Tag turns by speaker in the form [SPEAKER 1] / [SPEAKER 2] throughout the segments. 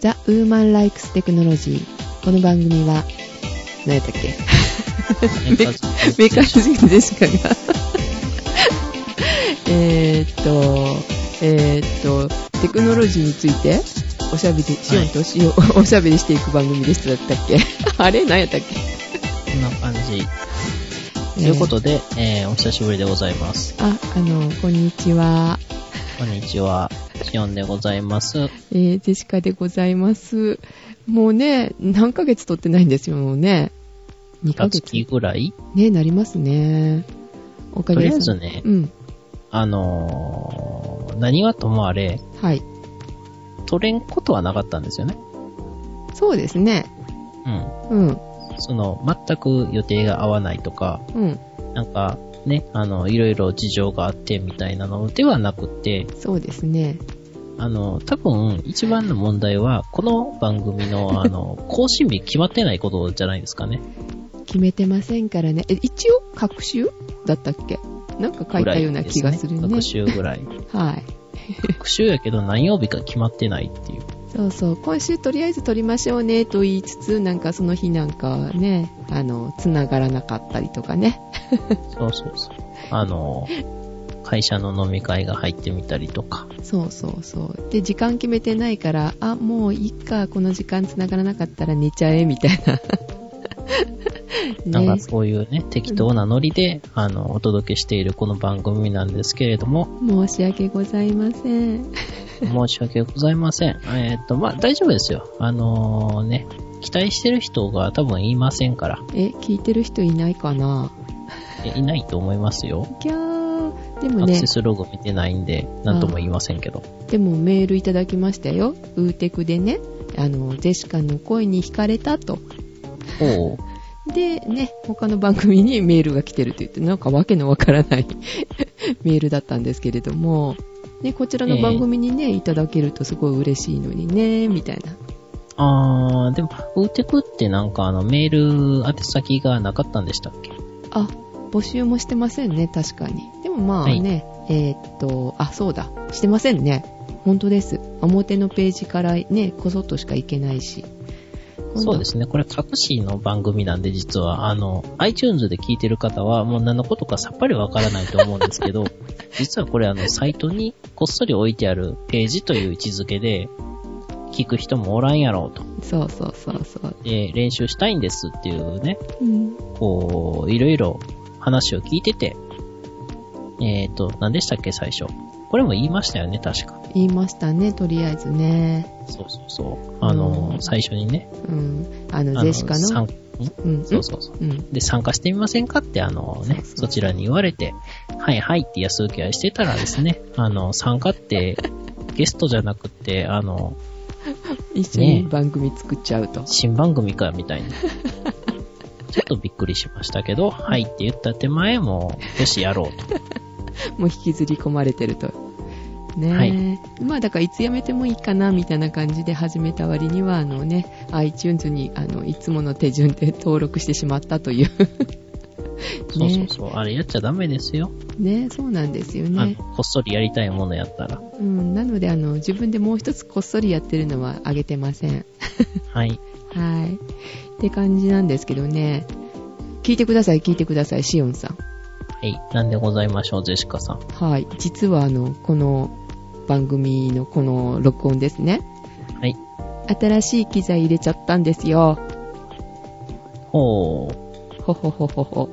[SPEAKER 1] The Woman Likes Technology。この番組は、何やったっけメカメカジンデシカが えーっと、えーっと、テクノロジーについておしゃべりしようとしよう、 おしゃべりしていく番組でしただったっけ あれ何やったっけ
[SPEAKER 2] こんな感じ。ということで、えーお久しぶりでございます。
[SPEAKER 1] あ、あの、こんにちは。
[SPEAKER 2] こんにちは。シオンでございます。
[SPEAKER 1] えージェシカでございます。もうね、何ヶ月撮ってないんですよ、もうね。2ヶ月。
[SPEAKER 2] 月ぐらい
[SPEAKER 1] ね、なりますね。おか
[SPEAKER 2] と
[SPEAKER 1] げ
[SPEAKER 2] りあ
[SPEAKER 1] さ
[SPEAKER 2] え
[SPEAKER 1] ま
[SPEAKER 2] ずね、
[SPEAKER 1] うん。
[SPEAKER 2] あのー何はともあれ、
[SPEAKER 1] はい。
[SPEAKER 2] 取れんことはなかったんですよね。
[SPEAKER 1] そうですね。
[SPEAKER 2] うん。
[SPEAKER 1] うん。
[SPEAKER 2] その、全く予定が合わないとか、
[SPEAKER 1] うん。
[SPEAKER 2] なんか、ね、あの、いろいろ事情があってみたいなのではなくて、
[SPEAKER 1] そうですね。
[SPEAKER 2] あの、多分、一番の問題は、この番組の、あの、更新日決まってないことじゃないですかね。
[SPEAKER 1] 決めてませんからね。え、一応、各週だったっけなんか書いたような気がするね。
[SPEAKER 2] 学習ぐら い。
[SPEAKER 1] はい。
[SPEAKER 2] 学習やけど何曜日か決まってないっていう。
[SPEAKER 1] そうそう。今週とりあえず撮りましょうねと言いつつ、なんかその日なんかはね、あの、繋がらなかったりとかね。
[SPEAKER 2] そうそうそう。あの、会社の飲み会が入ってみたりとか。
[SPEAKER 1] そうそうそう。で、時間決めてないから、あ、もういいか、この時間繋がらなかったら寝ちゃえ、みたいな。
[SPEAKER 2] なんか
[SPEAKER 1] ね。
[SPEAKER 2] そういうね、適当なノリで、あの、お届けしているこの番組なんですけれども、
[SPEAKER 1] 申し訳ございません。
[SPEAKER 2] 申し訳ございません。 えーっと、まあ、大丈夫ですよ。あのね、期待してる人が多分いませんから、
[SPEAKER 1] え、聞いてる人いないかな
[SPEAKER 2] えいないと思いますよ。
[SPEAKER 1] キャー。でも
[SPEAKER 2] アク
[SPEAKER 1] ね
[SPEAKER 2] セ、スログ見てないんで、なんとも言いませんけど。
[SPEAKER 1] でもメールいただきましたよ。ウーテクでね、あの、ジェシカの声に惹かれたと。
[SPEAKER 2] おう
[SPEAKER 1] で、ね、他の番組にメールが来てると言って、なんかわけのわからない メールだったんですけれども、ね、こちらの番組にね、いただけるとすごい嬉しいのにね、みたいな。
[SPEAKER 2] あー、でも、ウーテクってなんかあの、メール宛先がなかったんでしたっけ
[SPEAKER 1] あ、募集もしてませんね、確かに。でもまあね、えーっと、あ、そうだ、してませんね。本当です。表のページからね、こそっとしか行けないし。。
[SPEAKER 2] そうですすね。これ、各紙の番組なんで、実は、あの、iTunes で聞いてる方は、もう何のことかさっぱりわからないと思うんですけ ど、実はこれ、あの、サイトにこっそり置いてあるページという位置づけで、聞く人もおらんやろうと。
[SPEAKER 1] そうそうそうそう。
[SPEAKER 2] で、練習したいんですっていうね、
[SPEAKER 1] うん。
[SPEAKER 2] こう、いろいろ話を聞いてて、えっ、ー、と、何でしたっけ、最初。これも言いましたよね、確か。
[SPEAKER 1] 言いましたね、とりあえずね。
[SPEAKER 2] そうそうそう。あの、最初にね、
[SPEAKER 1] うん。あ
[SPEAKER 2] あ
[SPEAKER 1] の、
[SPEAKER 2] の、
[SPEAKER 1] ジェシカの。
[SPEAKER 2] 参
[SPEAKER 1] うん。
[SPEAKER 2] そうそうそう。
[SPEAKER 1] うん。
[SPEAKER 2] で、参加してみませんかって、あのね、そちらに言われて、はいはいって安請け合いしてたらですね、あの、参加って、ゲストじゃなくて、あの、
[SPEAKER 1] 一緒に番組作っちゃうと。
[SPEAKER 2] 新番組か、みた いな。ちょっとびっくりしましたけど、はいって言った手前も、よし、やろうと。
[SPEAKER 1] もう引きずり込まれてると。ねえ、
[SPEAKER 2] はい
[SPEAKER 1] まあだからいつやめてもいいかなみたいな感じで始めた割にはあのね iTunes にあのいつもの手順で登録してしまったという
[SPEAKER 2] そうそうそう、あれやっちゃダメですよ。
[SPEAKER 1] ねそうなんですよ
[SPEAKER 2] あ
[SPEAKER 1] ね
[SPEAKER 2] の、こっそりやりたいものやったら。
[SPEAKER 1] うん、なのであの自分でもう一つこっそりやってるのはあげてません
[SPEAKER 2] はい。
[SPEAKER 1] はいって感じなんですけどね聞いてください聞いてくださいシオンさん
[SPEAKER 2] はい。なんでございましょう、ジェシカさん。
[SPEAKER 1] はい実はあのこの番組のこの録音ですね
[SPEAKER 2] はい。
[SPEAKER 1] 新しい機材入れちゃったんですよ。
[SPEAKER 2] ほう。
[SPEAKER 1] ほほほほほ。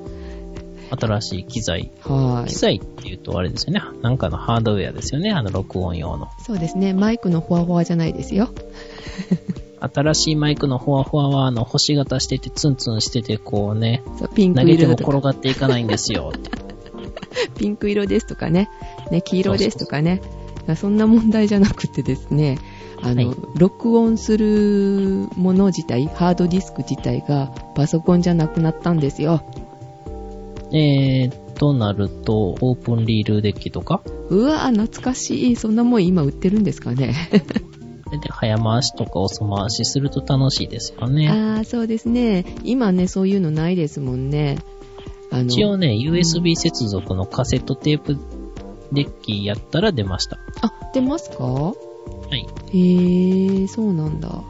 [SPEAKER 2] 新しい機材。
[SPEAKER 1] はー
[SPEAKER 2] 機
[SPEAKER 1] い。
[SPEAKER 2] 材って言うとあれですよね。なんかのハードウェアですよね。あの録音用の。
[SPEAKER 1] そうですね。マイクのフォアフォアじゃないですよ。
[SPEAKER 2] 新しいマイクのフォアフォアはあの星型しててツンツンしててこうね、
[SPEAKER 1] そうピン
[SPEAKER 2] 投
[SPEAKER 1] ク
[SPEAKER 2] げて
[SPEAKER 1] 色
[SPEAKER 2] も
[SPEAKER 1] だと
[SPEAKER 2] 転
[SPEAKER 1] か、
[SPEAKER 2] がっていかないんですよ って。
[SPEAKER 1] ピンク色ですとかね。ね、黄色ですとかね。そんな問題じゃなくてですね、あの、
[SPEAKER 2] はい
[SPEAKER 1] 録音するもの自体、ハードディスク自体がパソコンじゃなくなったんですよ。
[SPEAKER 2] えー、となると、オープンリールデッキとか、
[SPEAKER 1] うわぁ、懐かしい。そんなもん今売ってるんですかね。
[SPEAKER 2] それで早回しとか遅回しすると楽しいですよね。
[SPEAKER 1] ああ、そうですね。今ね、そういうのないですもんね。あの、
[SPEAKER 2] 一応ね、USB 接続のカセットテープデッキやったら出ました。
[SPEAKER 1] あ、出ますか
[SPEAKER 2] はい。
[SPEAKER 1] へー、そうなんだ。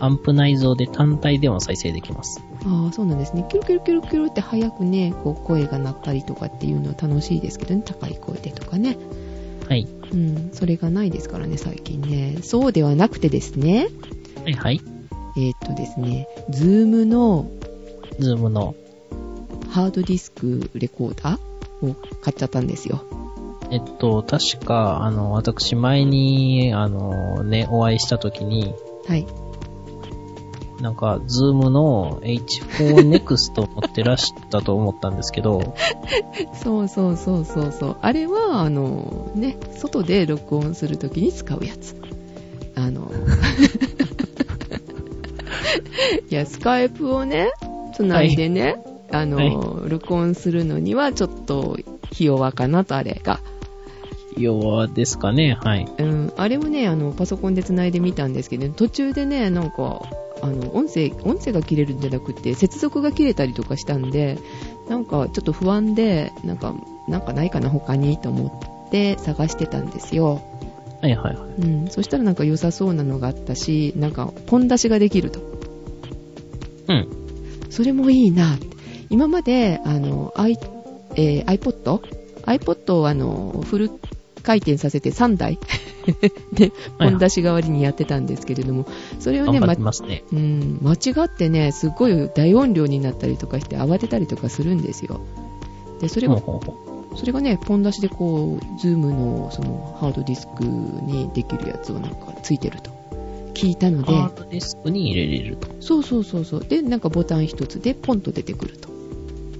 [SPEAKER 2] アンプ内蔵で単体でも再生できます。
[SPEAKER 1] ああ、そうなんですね。キュルキュルキュルキュルって早くね、こう声が鳴ったりとかっていうのは楽しいですけどね、高い声でとかね。
[SPEAKER 2] はい。
[SPEAKER 1] うん、それがないですからね、最近ね。そうではなくてですね、
[SPEAKER 2] はいはい。
[SPEAKER 1] えーっとですね、ズームの
[SPEAKER 2] ズームの、
[SPEAKER 1] ハードディスクレコーダーを買っちゃったんですよ。
[SPEAKER 2] えっと、確か、あの、私前に、あの、ね、お会いした時に、
[SPEAKER 1] はい。
[SPEAKER 2] なんか、ズームの H4 Next を持ってらしたと思ったんですけど、
[SPEAKER 1] そうそうそうそうそう。あれは、あの、ね、外で録音するときに使うやつ。あの、いや、スカイプをね、つないでね、あの、録音するのにはちょっと、ひ弱かなと、あれが。
[SPEAKER 2] 要はですかね、はい。
[SPEAKER 1] うん、あれもね、あの、パソコンでつないでみたんですけど、途中でね、なんか、あの、音声、音声が切れるんじゃなくて、接続が切れたりとかしたんで、なんかちょっと不安で、なんか、なんかないかな、他にと思って探してたんですよ。
[SPEAKER 2] はいはいはい。
[SPEAKER 1] うん、そしたらなんか良さそうなのがあったし、なんか、ポン出しができると。
[SPEAKER 2] うん。
[SPEAKER 1] それもいいなって。今まで、あの、I えー iPod? iPod をあの、フル回転させて3台 で、
[SPEAKER 2] はいはい
[SPEAKER 1] 本出し代わりにやってたんですけれども、それをね、
[SPEAKER 2] 頑張
[SPEAKER 1] ま
[SPEAKER 2] って、ますね。
[SPEAKER 1] うん、間違ってね、すごい大音量になったりとかして慌てたりとかするんですよ。で、それ
[SPEAKER 2] ほう
[SPEAKER 1] が、
[SPEAKER 2] ほうほ
[SPEAKER 1] それがね、ポン出しでこう、ズームのそのハードディスクにできるやつをなんかついてると聞いたの
[SPEAKER 2] う
[SPEAKER 1] で、
[SPEAKER 2] ハードディスクに入れれると。
[SPEAKER 1] そうそうそうそう。で、なんかボタン一つでポンと出てくると。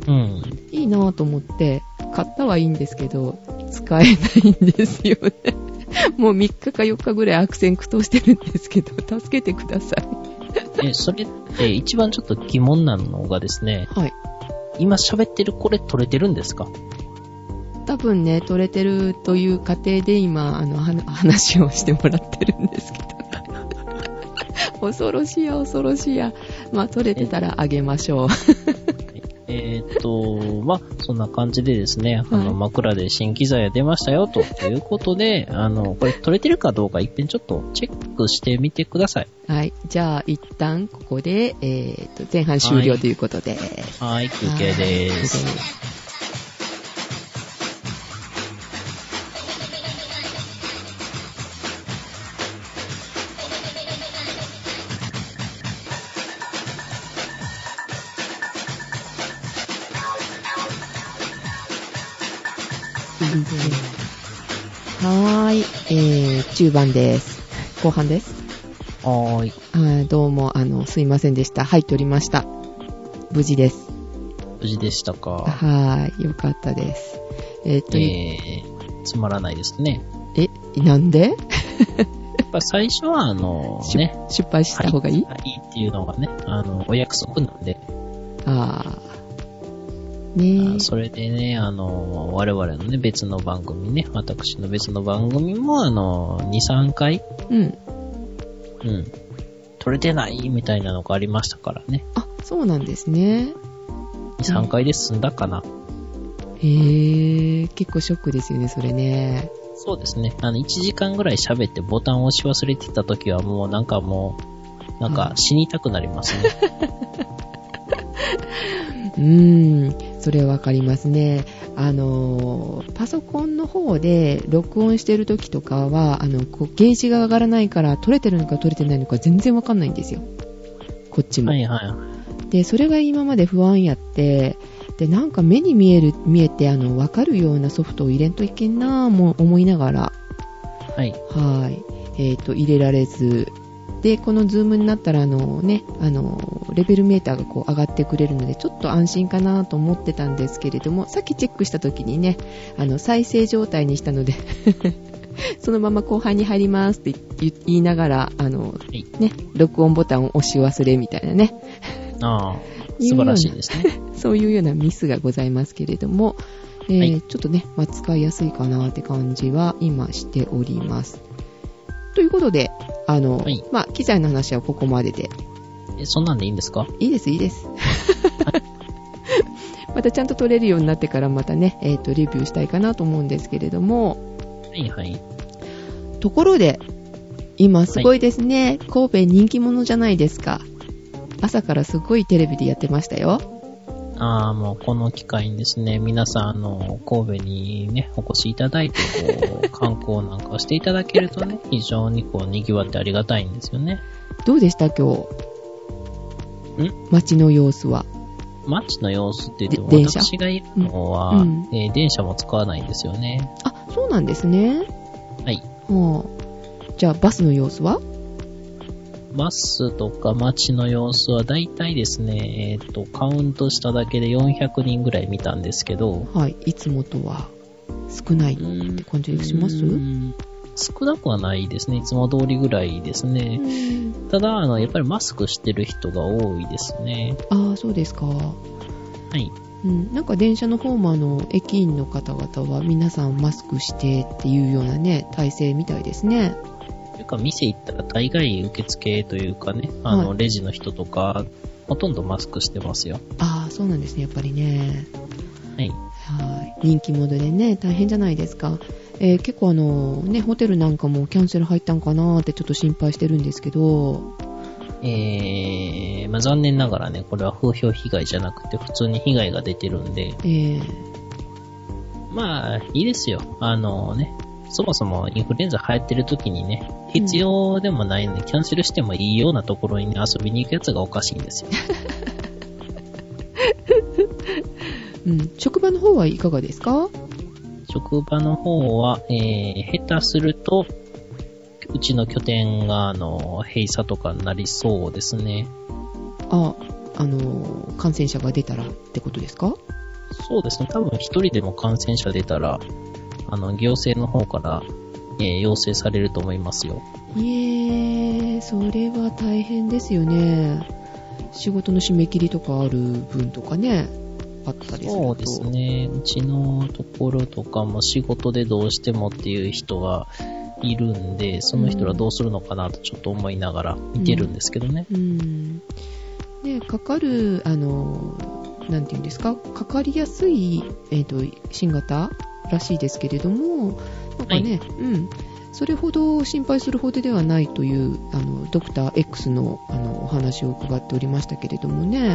[SPEAKER 2] うん。
[SPEAKER 1] いいなぁと思って、買ったはいいんですけど、使えないんですよね。 もう3日か4日ぐらい悪戦苦闘してるんですけど、助けてください。
[SPEAKER 2] え、それって一番ちょっと疑問なのがですね、
[SPEAKER 1] はい。
[SPEAKER 2] 今喋ってるこれ取れてるんですか
[SPEAKER 1] 多分ね、取れてるという過程で今、あの、はな話をしてもらってるんですけど。 恐ろしいや、恐ろしいや。まあ、取れてたらあげましょう。
[SPEAKER 2] えーっと、まあ、そんな感じでですね、あ
[SPEAKER 1] はい
[SPEAKER 2] の、枕で新機材が出ましたよ、ということで、あの、これ取れてるかどうか一遍ちょっとチェックしてみてください。
[SPEAKER 1] はい。じゃあ、一旦ここで、えー、と、前半終了ということで。
[SPEAKER 2] はい、休憩でーす。
[SPEAKER 1] はーい、えー、中盤です。後半です。
[SPEAKER 2] はーい、
[SPEAKER 1] あーどうも、あの、すいませんでした。入っておりました。無事です。
[SPEAKER 2] 無事でしたか。
[SPEAKER 1] はーい、よかったです。えーっと、
[SPEAKER 2] えー、つまらないですね。
[SPEAKER 1] え、なんで
[SPEAKER 2] やっぱ最初は、あの、
[SPEAKER 1] し
[SPEAKER 2] ね、
[SPEAKER 1] 失敗した方がいい、
[SPEAKER 2] はい、いいっていうのがね、あの、お約束なんで、
[SPEAKER 1] あー。ね
[SPEAKER 2] あそれでね、あの、我々のね、別の番組ね、私の別の番組も、あの、2、3回、
[SPEAKER 1] え。うん。
[SPEAKER 2] うん、取れてないみたいなのがありましたからね。
[SPEAKER 1] あ、そうなんですね。
[SPEAKER 2] 2、3回で済んだか
[SPEAKER 1] へ
[SPEAKER 2] な。
[SPEAKER 1] ー、結構ショックですよね、それね。
[SPEAKER 2] そうですね。あの、1時間ぐらい喋ってボタンを押し忘れてた時はもうなんかもう、なんか死にたくなりますね。
[SPEAKER 1] うーん、それはわかりますね。あのー、パソコンの方で録音してる時とかは、あの、こうゲージが上がらないから、取れてるのか取れてないのか全然わかんないんですよ。こっちも。
[SPEAKER 2] はいはいはい。
[SPEAKER 1] で、それが今まで不安やって、で、なんか目に見える、見えて、あの、わかるようなソフトを入れんといけんなぁ、も思いながら、
[SPEAKER 2] はい。
[SPEAKER 1] はい。えっ、と、入れられず。で、このズームになったら、あのね、あの、レベルメーターがこう上がってくれるので、ちょっと安心かなと思ってたんですけれども、さっきチェックした時にね、あの、再生状態にしたので、 そのまま後半に入りますって言い言いながら、あの
[SPEAKER 2] い、
[SPEAKER 1] ね、録音ボタンを押し忘れみたいなね、
[SPEAKER 2] ああ、素晴らしいですね。
[SPEAKER 1] そういうようなミスがございますけれども、えー
[SPEAKER 2] はい
[SPEAKER 1] ちょっとね、まあ、使いやすいかなって感じは今しております。ということで、あの、
[SPEAKER 2] はい
[SPEAKER 1] まあ、機材の話はここまでで。
[SPEAKER 2] え、そんなんでいいんですか
[SPEAKER 1] いいです、いいです。 またちゃんと撮れるようになってからまたね、えっ、と、レビューしたいかなと思うんですけれども、
[SPEAKER 2] はいはい。
[SPEAKER 1] ところで、今すごいですね、神戸人気者じゃないですか。朝からすごいテレビでやってましたよ。
[SPEAKER 2] ああ、もうこの機会にですね、皆さん、あの、神戸にね、お越しいただいて、こう、観光なんかをしていただけるとね、非常にこう、賑わってありがたいんですよね。
[SPEAKER 1] どうでした今日。
[SPEAKER 2] ん
[SPEAKER 1] 街の様子は。
[SPEAKER 2] 街の様子って言っても、
[SPEAKER 1] で電車
[SPEAKER 2] 私がいるのは、
[SPEAKER 1] うん
[SPEAKER 2] えー電車も使わないんですよね。
[SPEAKER 1] あ、そうなんですね。
[SPEAKER 2] はい。
[SPEAKER 1] はあ、じゃあ、バスの様子は
[SPEAKER 2] バスとか街の様子は大体ですね、えっ、と、カウントしただけで400人ぐらい見たんですけど、
[SPEAKER 1] はい。いつもとは少ないっ
[SPEAKER 2] うん
[SPEAKER 1] て感じがします
[SPEAKER 2] うーん少なくはないですね。いつも通りぐらいですね。
[SPEAKER 1] うん
[SPEAKER 2] ただ、あの、やっぱりマスクしてる人が多いですね。
[SPEAKER 1] ああ、そうですか。
[SPEAKER 2] はい。
[SPEAKER 1] うん、なんか電車の方もあの駅員の方々は皆さんマスクしてっていうようなね体制みたいですね
[SPEAKER 2] というか、店行ったら大概受付というかね、あの、
[SPEAKER 1] はい
[SPEAKER 2] レジの人とか、ほとんどマスクしてますよ。
[SPEAKER 1] ああそうなんですねやっぱりね
[SPEAKER 2] はい。
[SPEAKER 1] はい人気者でね大変じゃないですか、えー結構あのねホテルなんかもキャンセル入ったんかなーってちょっと心配してるんですけど
[SPEAKER 2] えー、まあ、残念ながらね、これは風評被害じゃなくて、普通に被害が出てるんで、
[SPEAKER 1] えー、
[SPEAKER 2] まあ、いいですよ。あのね、そもそもインフルエンザ流行ってる時にね、必要でもないので、キャンセルしてもいいようなところに、ね、遊びに行くやつがおかしいんですよ。
[SPEAKER 1] うん職場の方はいかがですか
[SPEAKER 2] 職場の方は、えー、下手すると、うちの拠点が、あの、閉鎖とかになりそうですね。
[SPEAKER 1] ああのー感染者が出たらってことですか
[SPEAKER 2] そうですね。多分一人でも感染者出たら、あの、行政の方から、えー、要請されると思いますよ。
[SPEAKER 1] いえそれは大変ですよね仕事の締め切りとかある分とかねあったりすると
[SPEAKER 2] そうですね。うちのところとかも仕事でどうしてもっていう人がいるんで、その人らどうするのかなとちょっと思いながら見てるんですけどね。
[SPEAKER 1] うんでかかるあのなんていうんですかかかりやすい、えー、と新型らしいですけれどもなんかね、うんそれほど心配するほどではないというあのドクター X のあのお話を伺っておりましたけれどもね
[SPEAKER 2] はい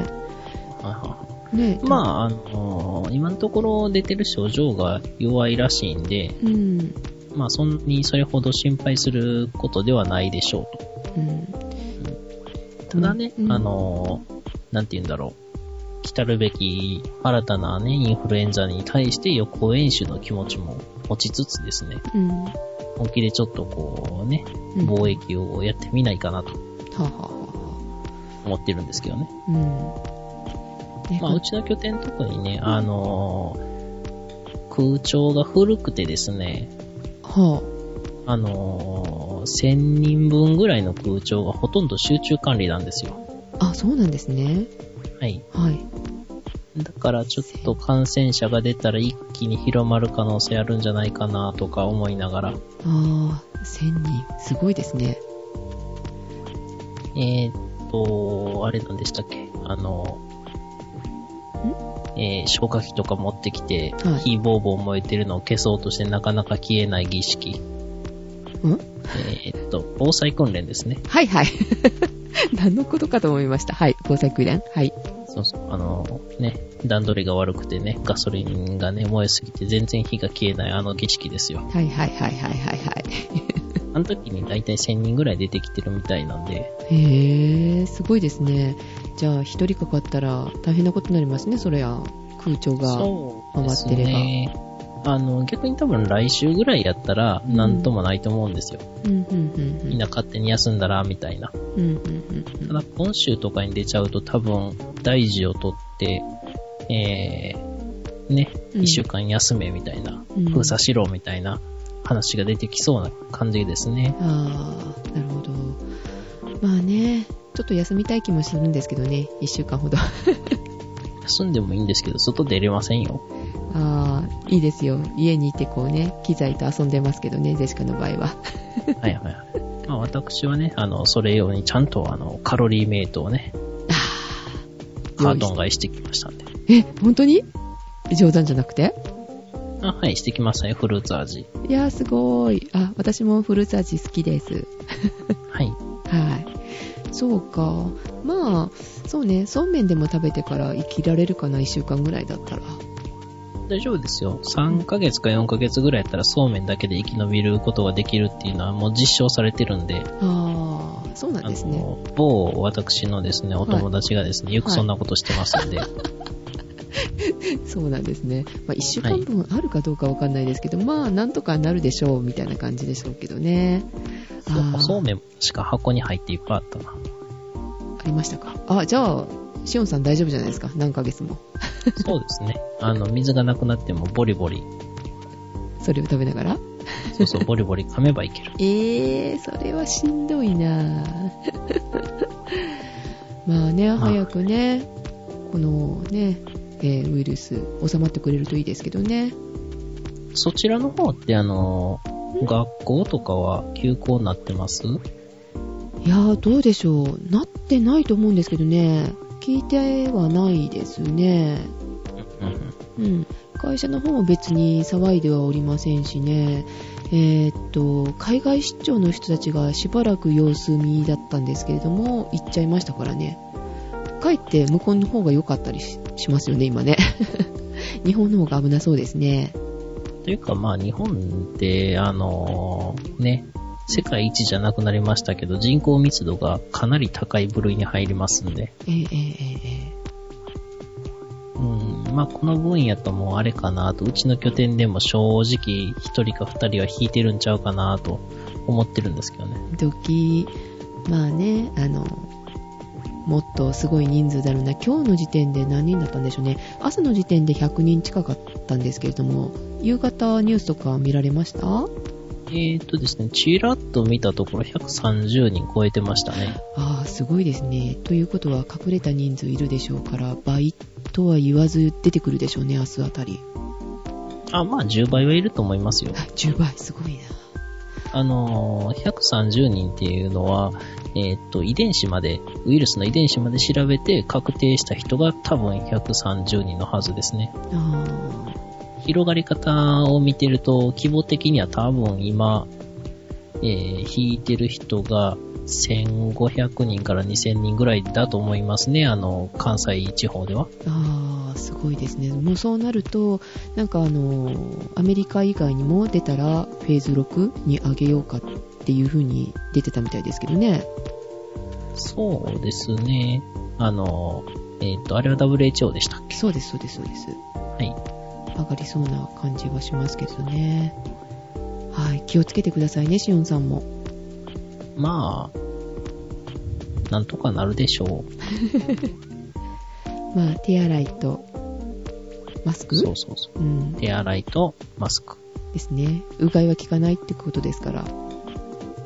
[SPEAKER 2] はい
[SPEAKER 1] ね
[SPEAKER 2] まあ、あの今のところ出てる症状が弱いらしいんで、
[SPEAKER 1] うん
[SPEAKER 2] まあ、そんなにそれほど心配することではないでしょうと。
[SPEAKER 1] うん
[SPEAKER 2] ただね、
[SPEAKER 1] うん
[SPEAKER 2] あのなんて言うんだろう。来たるべき新たなね、インフルエンザに対して予行演習の気持ちも持ちつつですね、
[SPEAKER 1] うん
[SPEAKER 2] 本気でちょっとこうね、
[SPEAKER 1] うん
[SPEAKER 2] 貿易をやってみないかなと
[SPEAKER 1] はあはあは
[SPEAKER 2] 思ってるんですけどね。
[SPEAKER 1] あうんね
[SPEAKER 2] まあ、うちの拠点特にね、あの空調が古くてですね、
[SPEAKER 1] は
[SPEAKER 2] あの1000人分ぐらいの空調がほとんど集中管理なんですよ。
[SPEAKER 1] ああそうなんですね
[SPEAKER 2] はい。
[SPEAKER 1] はい
[SPEAKER 2] だからちょっと感染者が出たら一気に広まる可能性あるんじゃないかなとか思いながら、
[SPEAKER 1] ああ1000人すごいですね
[SPEAKER 2] えーっと、あれなんでしたっけあの、えー消火器とか持ってきて、
[SPEAKER 1] はい
[SPEAKER 2] 火ボーボー燃えてるのを消そうとしてなかなか消えない儀式。
[SPEAKER 1] うん
[SPEAKER 2] えーっと、防災訓練ですね。
[SPEAKER 1] はいはい。 何のことかと思いました。はい。防災訓練。はい。
[SPEAKER 2] そうそう。あの、ね、段取りが悪くてね、ガソリンがね、燃えすぎて全然火が消えないあの儀式ですよ。
[SPEAKER 1] はいはいはいはいはいは
[SPEAKER 2] あの時に大体1000人ぐらい出てきてるみたいなんで、
[SPEAKER 1] い。 へえ、すごいですね。じゃあ、一人かかったら大変なことになりますね、それや。空調が。
[SPEAKER 2] そう
[SPEAKER 1] 回
[SPEAKER 2] で
[SPEAKER 1] っ
[SPEAKER 2] す
[SPEAKER 1] てれば
[SPEAKER 2] ね。あの、逆に多分来週ぐらいやったら、
[SPEAKER 1] うん
[SPEAKER 2] なんともないと思うんですよ。
[SPEAKER 1] うんうんうんうん。
[SPEAKER 2] みんな勝手に休んだら、みたいな。
[SPEAKER 1] うんうんうん
[SPEAKER 2] た
[SPEAKER 1] うん。
[SPEAKER 2] だ、今週とかに出ちゃうと多分、大事を取って、えー、ね、
[SPEAKER 1] うん
[SPEAKER 2] 一週間休め、みたいな、
[SPEAKER 1] うん
[SPEAKER 2] 封鎖しろ、みたいな話が出てきそうな感じですね。
[SPEAKER 1] ああ、なるほど。まあね、ちょっと休みたい気もするんですけどね、一週間ほど。
[SPEAKER 2] 休んでもいいんですけど、外出れませんよ。
[SPEAKER 1] ああ、いいですよ。家にいてこうね、機材と遊んでますけどね、ジェシカの場合は。
[SPEAKER 2] はいはいはい。まあ、私はね、あの、それ用にちゃんと、あの、カロリーメイトをね、カートン買いしてきましたんで。
[SPEAKER 1] え、本当に冗談じゃなくて
[SPEAKER 2] あはい、してきましたね、フルーツ味。
[SPEAKER 1] いやーすごーい。あ、私もフルーツ味好きです。
[SPEAKER 2] はい。
[SPEAKER 1] はい。そうか。まあ、そうね、そうめんでも食べてから生きられるかな、1週間ぐらいだったら。
[SPEAKER 2] 大丈夫ですよ。3ヶ月か4ヶ月ぐらいやったらそうめんだけで生き延びることができるっていうのはもう実証されてるんで、
[SPEAKER 1] ああ、そうなん
[SPEAKER 2] あ
[SPEAKER 1] ですね。
[SPEAKER 2] の、某私のですね、お友達がですね、よくそんなことしてます んで、
[SPEAKER 1] そうなんですね。まあ、1週間分あるかどうかわかんないですけど、まあ、なんとかなるでしょう、みたいな感じでしょうけどね。
[SPEAKER 2] そう
[SPEAKER 1] あ
[SPEAKER 2] か
[SPEAKER 1] ー
[SPEAKER 2] そうめんしか箱に入っていっぱいあったな。
[SPEAKER 1] ありましたか。あ、じゃあ、しおんさん大丈夫じゃないですか、何ヶ月も。
[SPEAKER 2] そうですね。あの、水がなくなってもボリボリ、
[SPEAKER 1] それを食べながら。
[SPEAKER 2] そ うそう、ボリボリ噛めばいける。
[SPEAKER 1] えー、それはしんどいな ぁまあね、
[SPEAKER 2] あ
[SPEAKER 1] 早くね、このね、えーウイルス収まってくれるといいですけどね。
[SPEAKER 2] そちらの方ってあの、学校とかは休校になってます
[SPEAKER 1] いやー、どうでしょう。なってないと思うんですけどね。聞いてはないですね。
[SPEAKER 2] うん。
[SPEAKER 1] うん。会社の方も別に騒いではおりませんしね。えーっと、海外出張の人たちがしばらく様子見だったんですけれども、行っちゃいましたからね。帰って向こうの方が良かったりししますよね、今ね。 日本の方が危なそうですね。
[SPEAKER 2] というかまあ日本って、あの、ね、世界一じゃなくなりましたけど、人口密度がかなり高い部類に入りますんで、
[SPEAKER 1] ええええええ
[SPEAKER 2] うん、まあこの分野ともうあれかなと、うちの拠点でも正直1人か2人は引いてるんちゃうかなと思ってるんですけどね。
[SPEAKER 1] ドキまあねあのもっとすごい人数だろうな今日の時点で何人だったんでしょうね朝の時点で100人近かったんですけれども夕方ニュースとか見られましたあ
[SPEAKER 2] えー、とですね、ちらっと見たところ130人超えてましたね。
[SPEAKER 1] あすごいですねということは隠れた人数いるでしょうから倍とは言わず出てくるでしょうね明日あたり
[SPEAKER 2] あ、まあ10倍はいると思いますよ。
[SPEAKER 1] 10倍すごいな
[SPEAKER 2] あのー、130人っていうのは、えーっと、遺伝子まで、ウイルスの遺伝子まで調べて確定した人が多分130人のはずですね。
[SPEAKER 1] あ
[SPEAKER 2] 広がり方を見てると、規模的には多分今、えー引いてる人が1500人から2000人ぐらいだと思いますね。あの、関西地方では。
[SPEAKER 1] ーあーすごいですねもうそうなるとなんかあのアメリカ以外にも出たらフェーズ6に上げようかっていう風に出てたみたいですけどね
[SPEAKER 2] そうですね。あの、えーっと、あれは WHO でしたっけ
[SPEAKER 1] そうですそうですそうです
[SPEAKER 2] はい。
[SPEAKER 1] 上がりそうな感じはしますけどねはい気をつけてくださいねしおんさんも
[SPEAKER 2] まあ、なんとかなるでしょう。
[SPEAKER 1] まあ手洗いとマスク
[SPEAKER 2] そうそうそう。
[SPEAKER 1] うん
[SPEAKER 2] 手洗いとマスク。
[SPEAKER 1] ですねうがいは効かないってことですから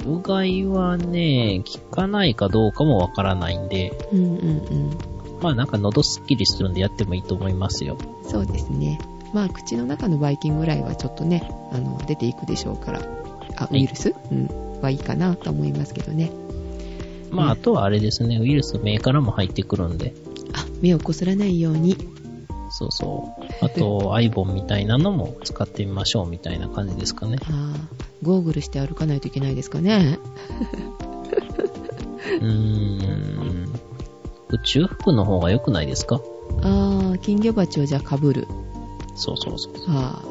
[SPEAKER 2] うがいはね、効かないかどうかもわからないんで、
[SPEAKER 1] うんうんうん
[SPEAKER 2] まあなんか喉すっきりするんでやってもいいと思いますよ。
[SPEAKER 1] そうですね。まあ、口の中のばい菌ぐらいはちょっとね、あの、出ていくでしょうから。あ、ウイルス、うん。はいいかなと思いますけどね。
[SPEAKER 2] まああ
[SPEAKER 1] うん
[SPEAKER 2] とはあれですね、ウイルス目からも入ってくるんで、
[SPEAKER 1] あ、目をこすらないように。
[SPEAKER 2] そうそう。あと、アイボンみたいなのも使ってみましょうみたいな感じですかね。
[SPEAKER 1] あーゴーグルして歩かないといけないですかね。
[SPEAKER 2] うーん。宇宙服の方が良くないですか
[SPEAKER 1] あー金魚鉢をじゃあ被る。
[SPEAKER 2] そうそうそう。
[SPEAKER 1] あ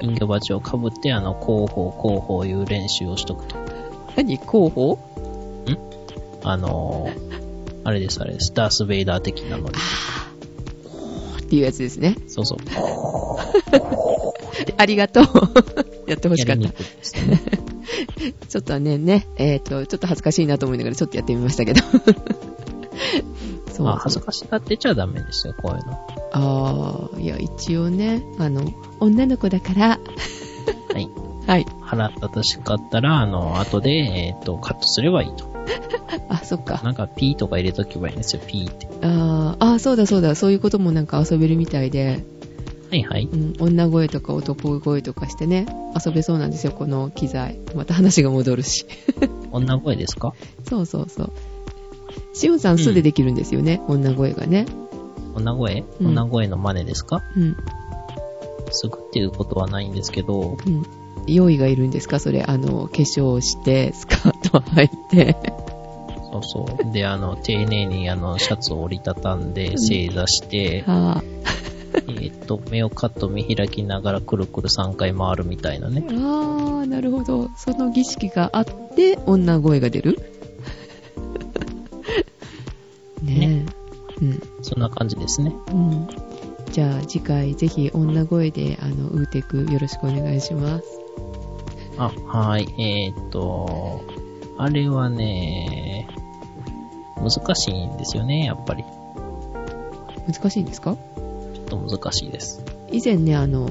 [SPEAKER 2] 金魚鉢をかぶって、あの、広報広報いう練習をしとくと。
[SPEAKER 1] ー何候補
[SPEAKER 2] あのー、あれです、あれです。ダース・ベイダー的なので。
[SPEAKER 1] っていうやつですね。
[SPEAKER 2] そうそう。
[SPEAKER 1] ありがとう。 やってほしかっ
[SPEAKER 2] やり
[SPEAKER 1] た
[SPEAKER 2] に。くいですね。
[SPEAKER 1] ちょっとはね、ね、えっ、と、ちょっと恥ずかしいなと思いながらちょっとやってみましたけど。 そう
[SPEAKER 2] まあ、恥ずかしがってちゃダメですよ、こういうの。は
[SPEAKER 1] ああ、いや、一応ね、あの、女の子だから、
[SPEAKER 2] い。
[SPEAKER 1] はい。
[SPEAKER 2] 腹立たしかったら、あの、後で、えっ、と、カットすればいいと。
[SPEAKER 1] あ、そっか。
[SPEAKER 2] なんか、ピーとか入れとけばいいんですよ、ピーって。
[SPEAKER 1] あーあー、そうだそうだ、そういうこともなんか遊べるみたいで、
[SPEAKER 2] はいはい。
[SPEAKER 1] うん、女声とか男声とかしてね、遊べそうなんですよ、この機材。また話が戻るし。
[SPEAKER 2] 女声ですか
[SPEAKER 1] そうそうそう。しおんさん素でできるんですよね、女声がね。
[SPEAKER 2] 女声
[SPEAKER 1] うん
[SPEAKER 2] 女声の真似ですか、
[SPEAKER 1] うん、
[SPEAKER 2] すぐっていうことはないんですけど、
[SPEAKER 1] うん。用意がいるんですかそれ、あの、化粧をして、スカートを履いて。
[SPEAKER 2] そうそう。で、あの、丁寧にあの、シャツを折りたたんで、正座して、
[SPEAKER 1] はあ、
[SPEAKER 2] えっと、目をカッと見開きながらくるくる3回回るみたいなね。
[SPEAKER 1] あー、なるほど。その儀式があって、女声が出る ねえ。うん。
[SPEAKER 2] そんな感じですね。
[SPEAKER 1] うん、じゃあ次回ぜひ女声であのウーテクよろしくお願いします。
[SPEAKER 2] あ、はい。えーっと、あれはね、難しいんですよね、やっぱり。ち
[SPEAKER 1] 難しいんですか
[SPEAKER 2] ょっと難しいです。
[SPEAKER 1] 以前ね、あの、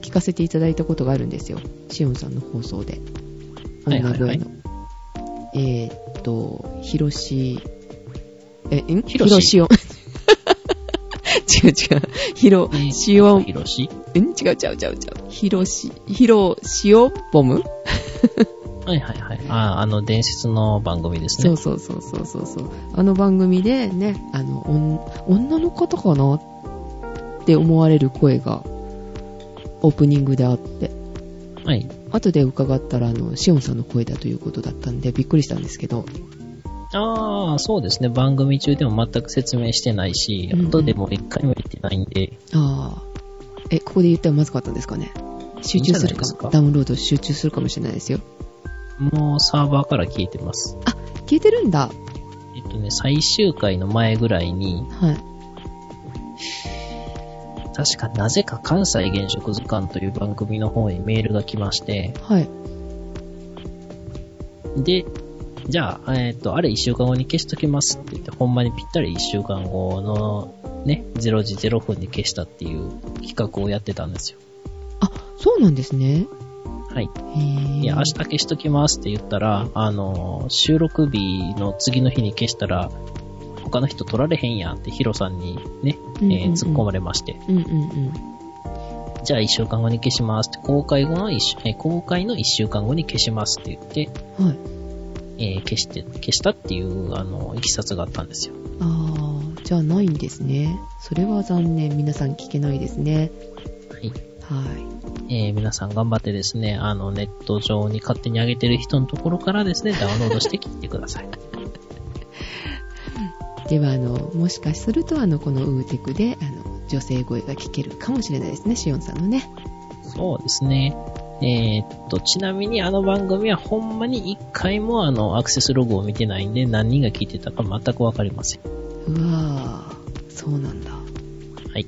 [SPEAKER 1] 聞かせていただいたことがあるんですよ。シオンさんの放送で。
[SPEAKER 2] はいはいはい
[SPEAKER 1] 女声の。えーっと、ヒロシ、え、ん
[SPEAKER 2] ヒロシ
[SPEAKER 1] シオ ン。違う違う。ヒロ、シオン、ん違
[SPEAKER 2] ひろし
[SPEAKER 1] う違う違う違う。ヒロシ、ヒロ、シオンボム
[SPEAKER 2] はいはいはい。あ、あの、伝説の番組です
[SPEAKER 1] そ
[SPEAKER 2] ね
[SPEAKER 1] う。そうそうそうそうそう。あの番組でね、あの、おん女の方かなって思われる声がオープニングであって、
[SPEAKER 2] はい。
[SPEAKER 1] 後で伺ったら、あの、シオンさんの声だということだったんでびっくりしたんですけど、
[SPEAKER 2] ああ、そうですね。番組中でも全く説明してないし、
[SPEAKER 1] うんうん
[SPEAKER 2] 後でも一回も言ってないんで、
[SPEAKER 1] ああ、え、ここで言ったらまずかったんですかね。集中する
[SPEAKER 2] いいんじゃないです
[SPEAKER 1] か
[SPEAKER 2] か
[SPEAKER 1] ダウンロード集中するかもしれないですよ。
[SPEAKER 2] もうサーバーから消えてます。
[SPEAKER 1] 聞いてるんだ。
[SPEAKER 2] えっとね、最終回の前ぐらいに、
[SPEAKER 1] はい。
[SPEAKER 2] 確かなぜか関西現職図鑑という番組の方にメールが来まして、
[SPEAKER 1] はい。
[SPEAKER 2] で、じゃあ、えっ、と、あれ1週間後に消しときますって言って、ほんまにぴったり1週間後のね、0時0分に消したっていう企画をやってたんですよ。
[SPEAKER 1] あ、そうなんですね。
[SPEAKER 2] はい。
[SPEAKER 1] へえ。
[SPEAKER 2] いや、明日消しときますって言ったら、あの、収録日の次の日に消したら、他の人取られへんやんってヒロさんにね、え
[SPEAKER 1] うんうんうん
[SPEAKER 2] ー突っ込まれまして、
[SPEAKER 1] うんうん
[SPEAKER 2] じゃあ1週間後に消しますって、公開後の一週、えー公開の1週間後に消しますって言って、
[SPEAKER 1] うん。はい。
[SPEAKER 2] えー消して、消したっていう、あの、いきさつがあったんですよ。
[SPEAKER 1] ああ、じゃあないんですね。それは残念。皆さん聞けないですね。
[SPEAKER 2] はい。
[SPEAKER 1] はい。
[SPEAKER 2] えー皆さん頑張ってですね、あの、ネット上に勝手に上げてる人のところからですね、ダウンロードして聞いてください。
[SPEAKER 1] では、あの、もしかすると、あの、このウーテクで、あの、女性声が聞けるかもしれないですね。シオンさんのね。
[SPEAKER 2] そうですね。えーっと、ちなみにあの番組はほんまに一回もあの、アクセスログを見てないんで、何人が聞いてたか全くわかりません。
[SPEAKER 1] うわぁ、そうなんだ。は
[SPEAKER 2] はい。
[SPEAKER 1] い。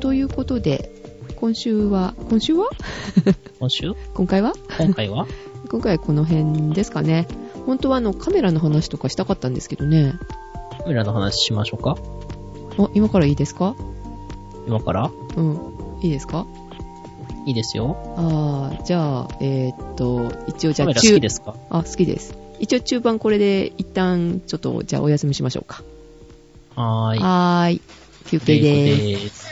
[SPEAKER 1] ということで、今週は、今週は
[SPEAKER 2] 今週
[SPEAKER 1] 今回は
[SPEAKER 2] 今回は
[SPEAKER 1] 今回はこの辺ですかね。本当はあの、カメラの話とかしたかったんですけどね。
[SPEAKER 2] カメラの話しましょうか
[SPEAKER 1] あ、今からいいですか
[SPEAKER 2] 今から
[SPEAKER 1] うん。いいですか
[SPEAKER 2] いいですよ。
[SPEAKER 1] あーじゃあ、えーっと、一応じゃ
[SPEAKER 2] カ
[SPEAKER 1] あ
[SPEAKER 2] メラ好きですか
[SPEAKER 1] あ、好きです。一応中盤これで一旦ちょっとじゃあお休みしましょうか。
[SPEAKER 2] はーい。
[SPEAKER 1] はーい。休憩でーす。
[SPEAKER 2] レイコです。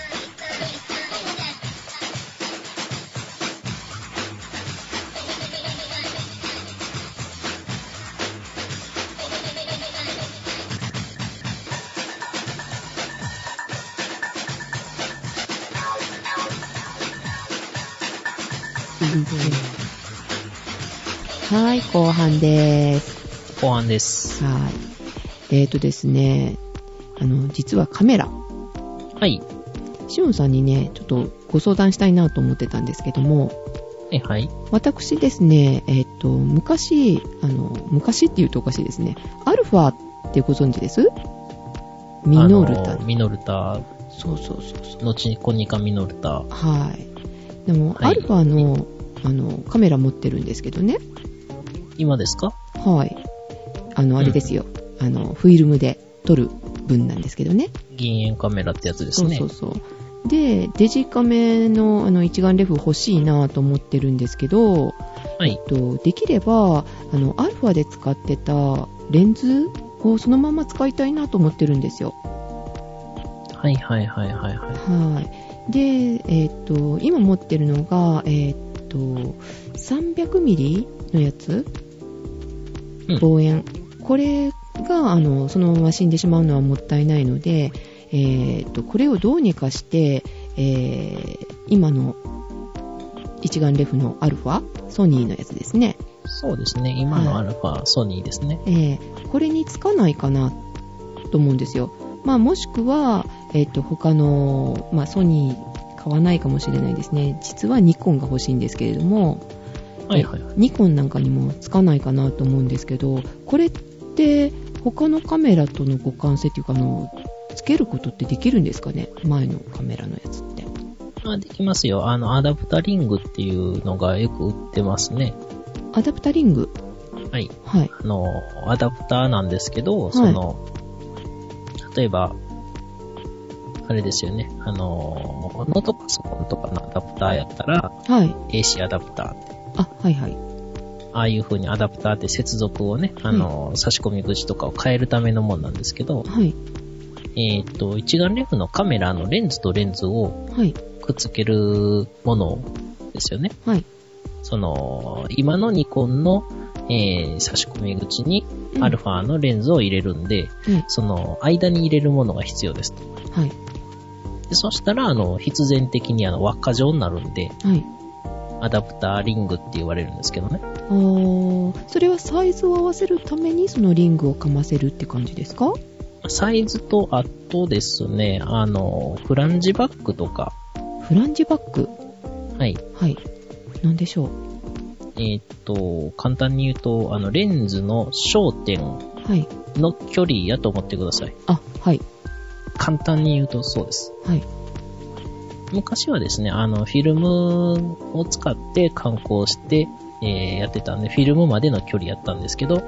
[SPEAKER 1] はーい、後半でーす。
[SPEAKER 2] 後半です。
[SPEAKER 1] はーい。えーとですね、あの、実はカメラ、
[SPEAKER 2] はい。
[SPEAKER 1] シオンさんにね、ちょっとご相談したいなと思ってたんですけども、
[SPEAKER 2] はい、はい。
[SPEAKER 1] 私ですね、えっ、と、昔、あの、昔って言うとおかしいですね。アルファってご存知ですミノルタ
[SPEAKER 2] あのミノルタ、
[SPEAKER 1] そうそうそうそう。
[SPEAKER 2] 後にコニカミノルタ。
[SPEAKER 1] はい。でも、
[SPEAKER 2] は
[SPEAKER 1] ア
[SPEAKER 2] い
[SPEAKER 1] ルファの、あの、カメラ持ってるんですけどね。
[SPEAKER 2] 今ですか
[SPEAKER 1] はい。あの、あれですよ。あの、フィルムで撮る分なんですけどね。
[SPEAKER 2] 銀塩カメラってやつですね。
[SPEAKER 1] そうそうそう。で、デジカメのあの一眼レフ欲しいなと思ってるんですけど、
[SPEAKER 2] はい。
[SPEAKER 1] えっとできればあのアルファで使ってたレンズをそのまま使いたいなと思ってるんですよ。
[SPEAKER 2] はいはいはいはいは
[SPEAKER 1] はい。で、えっと今持ってるのがえっと 300mm のやつ、
[SPEAKER 2] うん
[SPEAKER 1] 望遠。これがあのそのまま死んでしまうのはもったいないので、えっとこれをどうにかして、えー今の一眼レフのアルファソニーのやつですね。
[SPEAKER 2] そうですね。今のアルファ、ソニーですね。
[SPEAKER 1] えーこれにつかないかなと思うんですよ。まあ、もしくは、えっ、と、他の、まあ、ソニー買わないかもしれないですね。実はニコンが欲しいんですけれども、
[SPEAKER 2] はいはいはい。
[SPEAKER 1] ニコンなんかにもつかないかなと思うんですけど、これって他のカメラとの互換性っていうか、あの、つけることってできるんですかね前のカメラのやつって。
[SPEAKER 2] まあ、できますよ。あの、アダプタリングっていうのがよく売ってますね。
[SPEAKER 1] アダプタリング
[SPEAKER 2] はい。
[SPEAKER 1] はい。
[SPEAKER 2] あの、アダプターなんですけど、その、例えば、あれですよね。あの、ノートパソコンとかのアダプターやったら、
[SPEAKER 1] はい。
[SPEAKER 2] AC アダプターって、
[SPEAKER 1] あ、はいはい。
[SPEAKER 2] ああいう風にアダプターって接続をね、あの、差し込み口とかを変えるためのもんなんですけど、
[SPEAKER 1] はい。
[SPEAKER 2] えっ、と、一眼レフのカメラのレンズとレンズを
[SPEAKER 1] はい。
[SPEAKER 2] くっつけるものですよね。
[SPEAKER 1] はい。
[SPEAKER 2] その、今のニコンの、えー差し込み口に
[SPEAKER 1] うん
[SPEAKER 2] アルファのレンズを入れるんで、
[SPEAKER 1] うん
[SPEAKER 2] その、間に入れるものが必要ですと。
[SPEAKER 1] はい。
[SPEAKER 2] でそしたら、あの、必然的にあの、輪っか状になるんで、
[SPEAKER 1] はい。
[SPEAKER 2] アダプターリングって言われるんですけどね。
[SPEAKER 1] あーそれはサイズを合わせるためにそのリングをかませるって感じですか
[SPEAKER 2] サイズと、あとですね、あの、フランジバックとか、
[SPEAKER 1] フランジバック
[SPEAKER 2] はい。
[SPEAKER 1] はい。なんでしょう
[SPEAKER 2] えーっと、簡単に言うと、あの、レンズの焦点
[SPEAKER 1] はい。
[SPEAKER 2] の距離やと思ってください。
[SPEAKER 1] あ、はい。
[SPEAKER 2] 簡単に言うとそうです。
[SPEAKER 1] はい。
[SPEAKER 2] 昔はですね、あの、フィルムを使って観光して、えーやってたんで、フィルムまでの距離やったんですけど、
[SPEAKER 1] はい。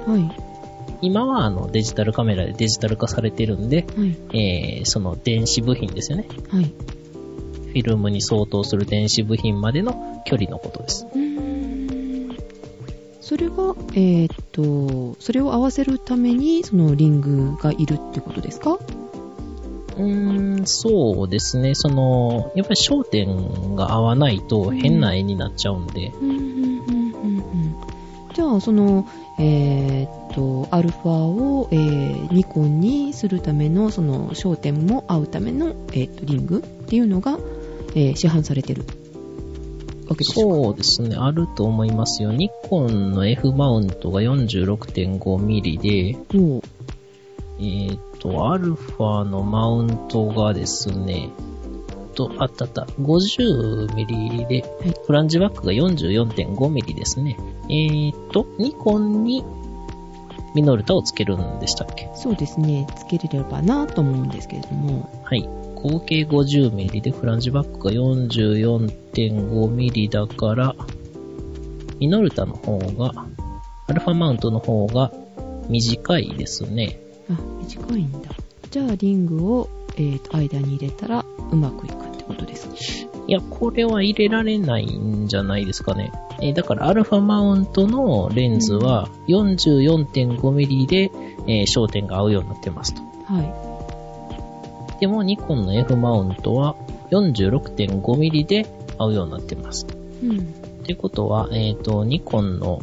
[SPEAKER 2] 今はあの、デジタルカメラでデジタル化されてるんで、
[SPEAKER 1] はい。
[SPEAKER 2] えーその電子部品ですよね。
[SPEAKER 1] はい。
[SPEAKER 2] フィルムに相当する電子部品までの距離のことです。
[SPEAKER 1] うーん。それが、えーっと、それを合わせるために、そのリングがいるってことですか
[SPEAKER 2] うーん、そうですね。その、やっぱり焦点が合わないと変な絵になっちゃうんで、
[SPEAKER 1] うんうんうんうんうんじゃあそのえーっとアルファを、えーニコンにするためのその焦点も合うための、えーっとリングっていうのが、えー市販されてるわけでしょ
[SPEAKER 2] そうですね、あると思いますよ。ニコンの F マウントが 46.5mm で、
[SPEAKER 1] もう
[SPEAKER 2] えっ、と、アルファのマウントがですね、と、あったあった、50mm で、フランジバックが 44.5mm ですね。えっ、と、ニコンにミノルタをつけるんでしたっけ
[SPEAKER 1] そうですねつけれればなと思うんですけれども
[SPEAKER 2] はい。合計 50mm でフランジバックが 44.5mm だから、ミノルタの方が、アルファマウントの方が短いですね。
[SPEAKER 1] あ短いんだじゃあリングを、えーっと間に入れたらうまくいくってことですね
[SPEAKER 2] いや、これは入れられないんじゃないですかね。えーだから、アルファマウントのレンズは 44.5mm で、えー焦点が合うようになってますと。
[SPEAKER 1] は
[SPEAKER 2] でも、ニコンの F マウントは 46.5mm で合うようになってます。
[SPEAKER 1] いうん
[SPEAKER 2] ってことは、えっ、と、ニコンの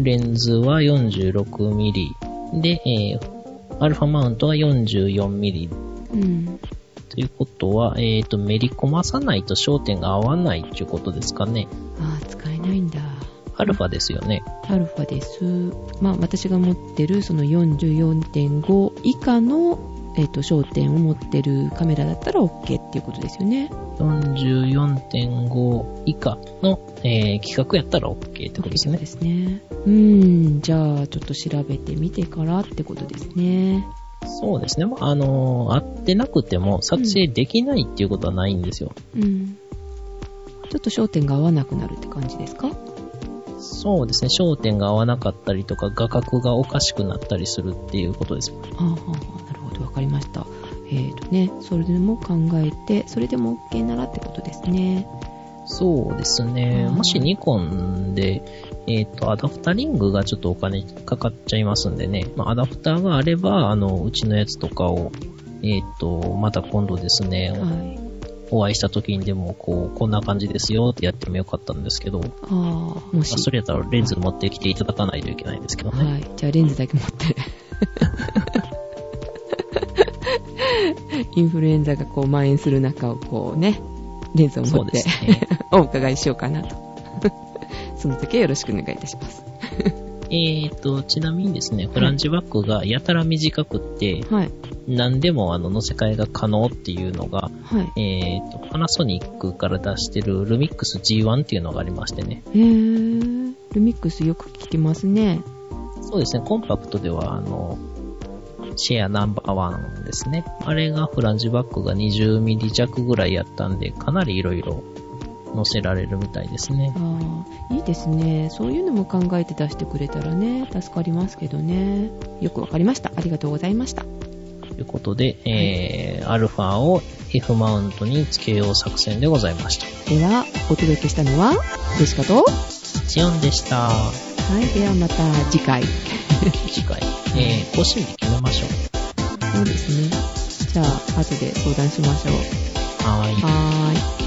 [SPEAKER 2] レンズは 46mm で、えー、アルファマウントは 44mm
[SPEAKER 1] うん
[SPEAKER 2] ということは、えっ、と、めり込まさないと焦点が合わないっていうことですかね。
[SPEAKER 1] あー使えないんだ
[SPEAKER 2] アルファですよね。
[SPEAKER 1] アルファです。まあ、私が持ってるその44.5以下の、えっと焦点を持ってるカメラだったら OK っていうことですよね。
[SPEAKER 2] 44.5以下の、えー、規格やったら OK ってことですね
[SPEAKER 1] で。すね。うーん、じゃあちょっと調べてみてからってことですね。
[SPEAKER 2] そうですね。まあ、あのー合ってなくても撮影できないっていうことはないんですよ。
[SPEAKER 1] うん。ちょっと焦点が合わなくなるって感じですか
[SPEAKER 2] そうですね。焦点が合わなかったりとか、画角がおかしくなったりするっていうことです。
[SPEAKER 1] ああ、なるほど、わかりました。えっ、とね、それでも考えて、それでも OK ならってことですね。
[SPEAKER 2] そうですね。
[SPEAKER 1] うん
[SPEAKER 2] もしニコンで、えっ、と、アダプタリングがちょっとお金かかっちゃいますんでね。まあ、アダプターがあれば、あの、うちのやつとかを、えっ、と、また今度ですね、
[SPEAKER 1] はい。
[SPEAKER 2] お会いした時にでも、こう、こんな感じですよってやってもよかったんですけど、ま
[SPEAKER 1] ああ、もし
[SPEAKER 2] あ、。それやったらレンズ持ってきていただかないといけないんですけどね。
[SPEAKER 1] はい。じゃあレンズだけ持 って。インフルエンザがこう蔓延する中をこうね、レンズを持
[SPEAKER 2] そう
[SPEAKER 1] っ
[SPEAKER 2] で
[SPEAKER 1] て
[SPEAKER 2] す、ね。
[SPEAKER 1] お伺いしようかなと。 その時はよろしくお願いいたします。
[SPEAKER 2] えーと、ちなみにですね、フランジバッグがやたら短くって、
[SPEAKER 1] はい。
[SPEAKER 2] 何でもあの乗せ替えが可能っていうのが、
[SPEAKER 1] はい。
[SPEAKER 2] えーと、パナソニックから出してるルミックス G1 っていうのがありましてね。
[SPEAKER 1] へー。ルミックスよく聞きますね。
[SPEAKER 2] そうですね、コンパクトでは、あの、シェアナンバーワンですね。あれがフランジバッグが20ミリ弱ぐらいやったんで、かなり色々乗せられるみたいですね。
[SPEAKER 1] ああ、いいですね。そういうのも考えて出してくれたらね、助かりますけどね。よくわかりました。ありがとうございました。
[SPEAKER 2] ということで、えー、アルファを F マウントに付けよう作戦でございました。
[SPEAKER 1] では、お届けしたのは、デシカと、は
[SPEAKER 2] チヨンでした。
[SPEAKER 1] い、ではまた次回。
[SPEAKER 2] 次回、えー、更新日決めましょう。
[SPEAKER 1] そうですね。じゃあ、後で相談しましょう。
[SPEAKER 2] はーい。
[SPEAKER 1] はーい。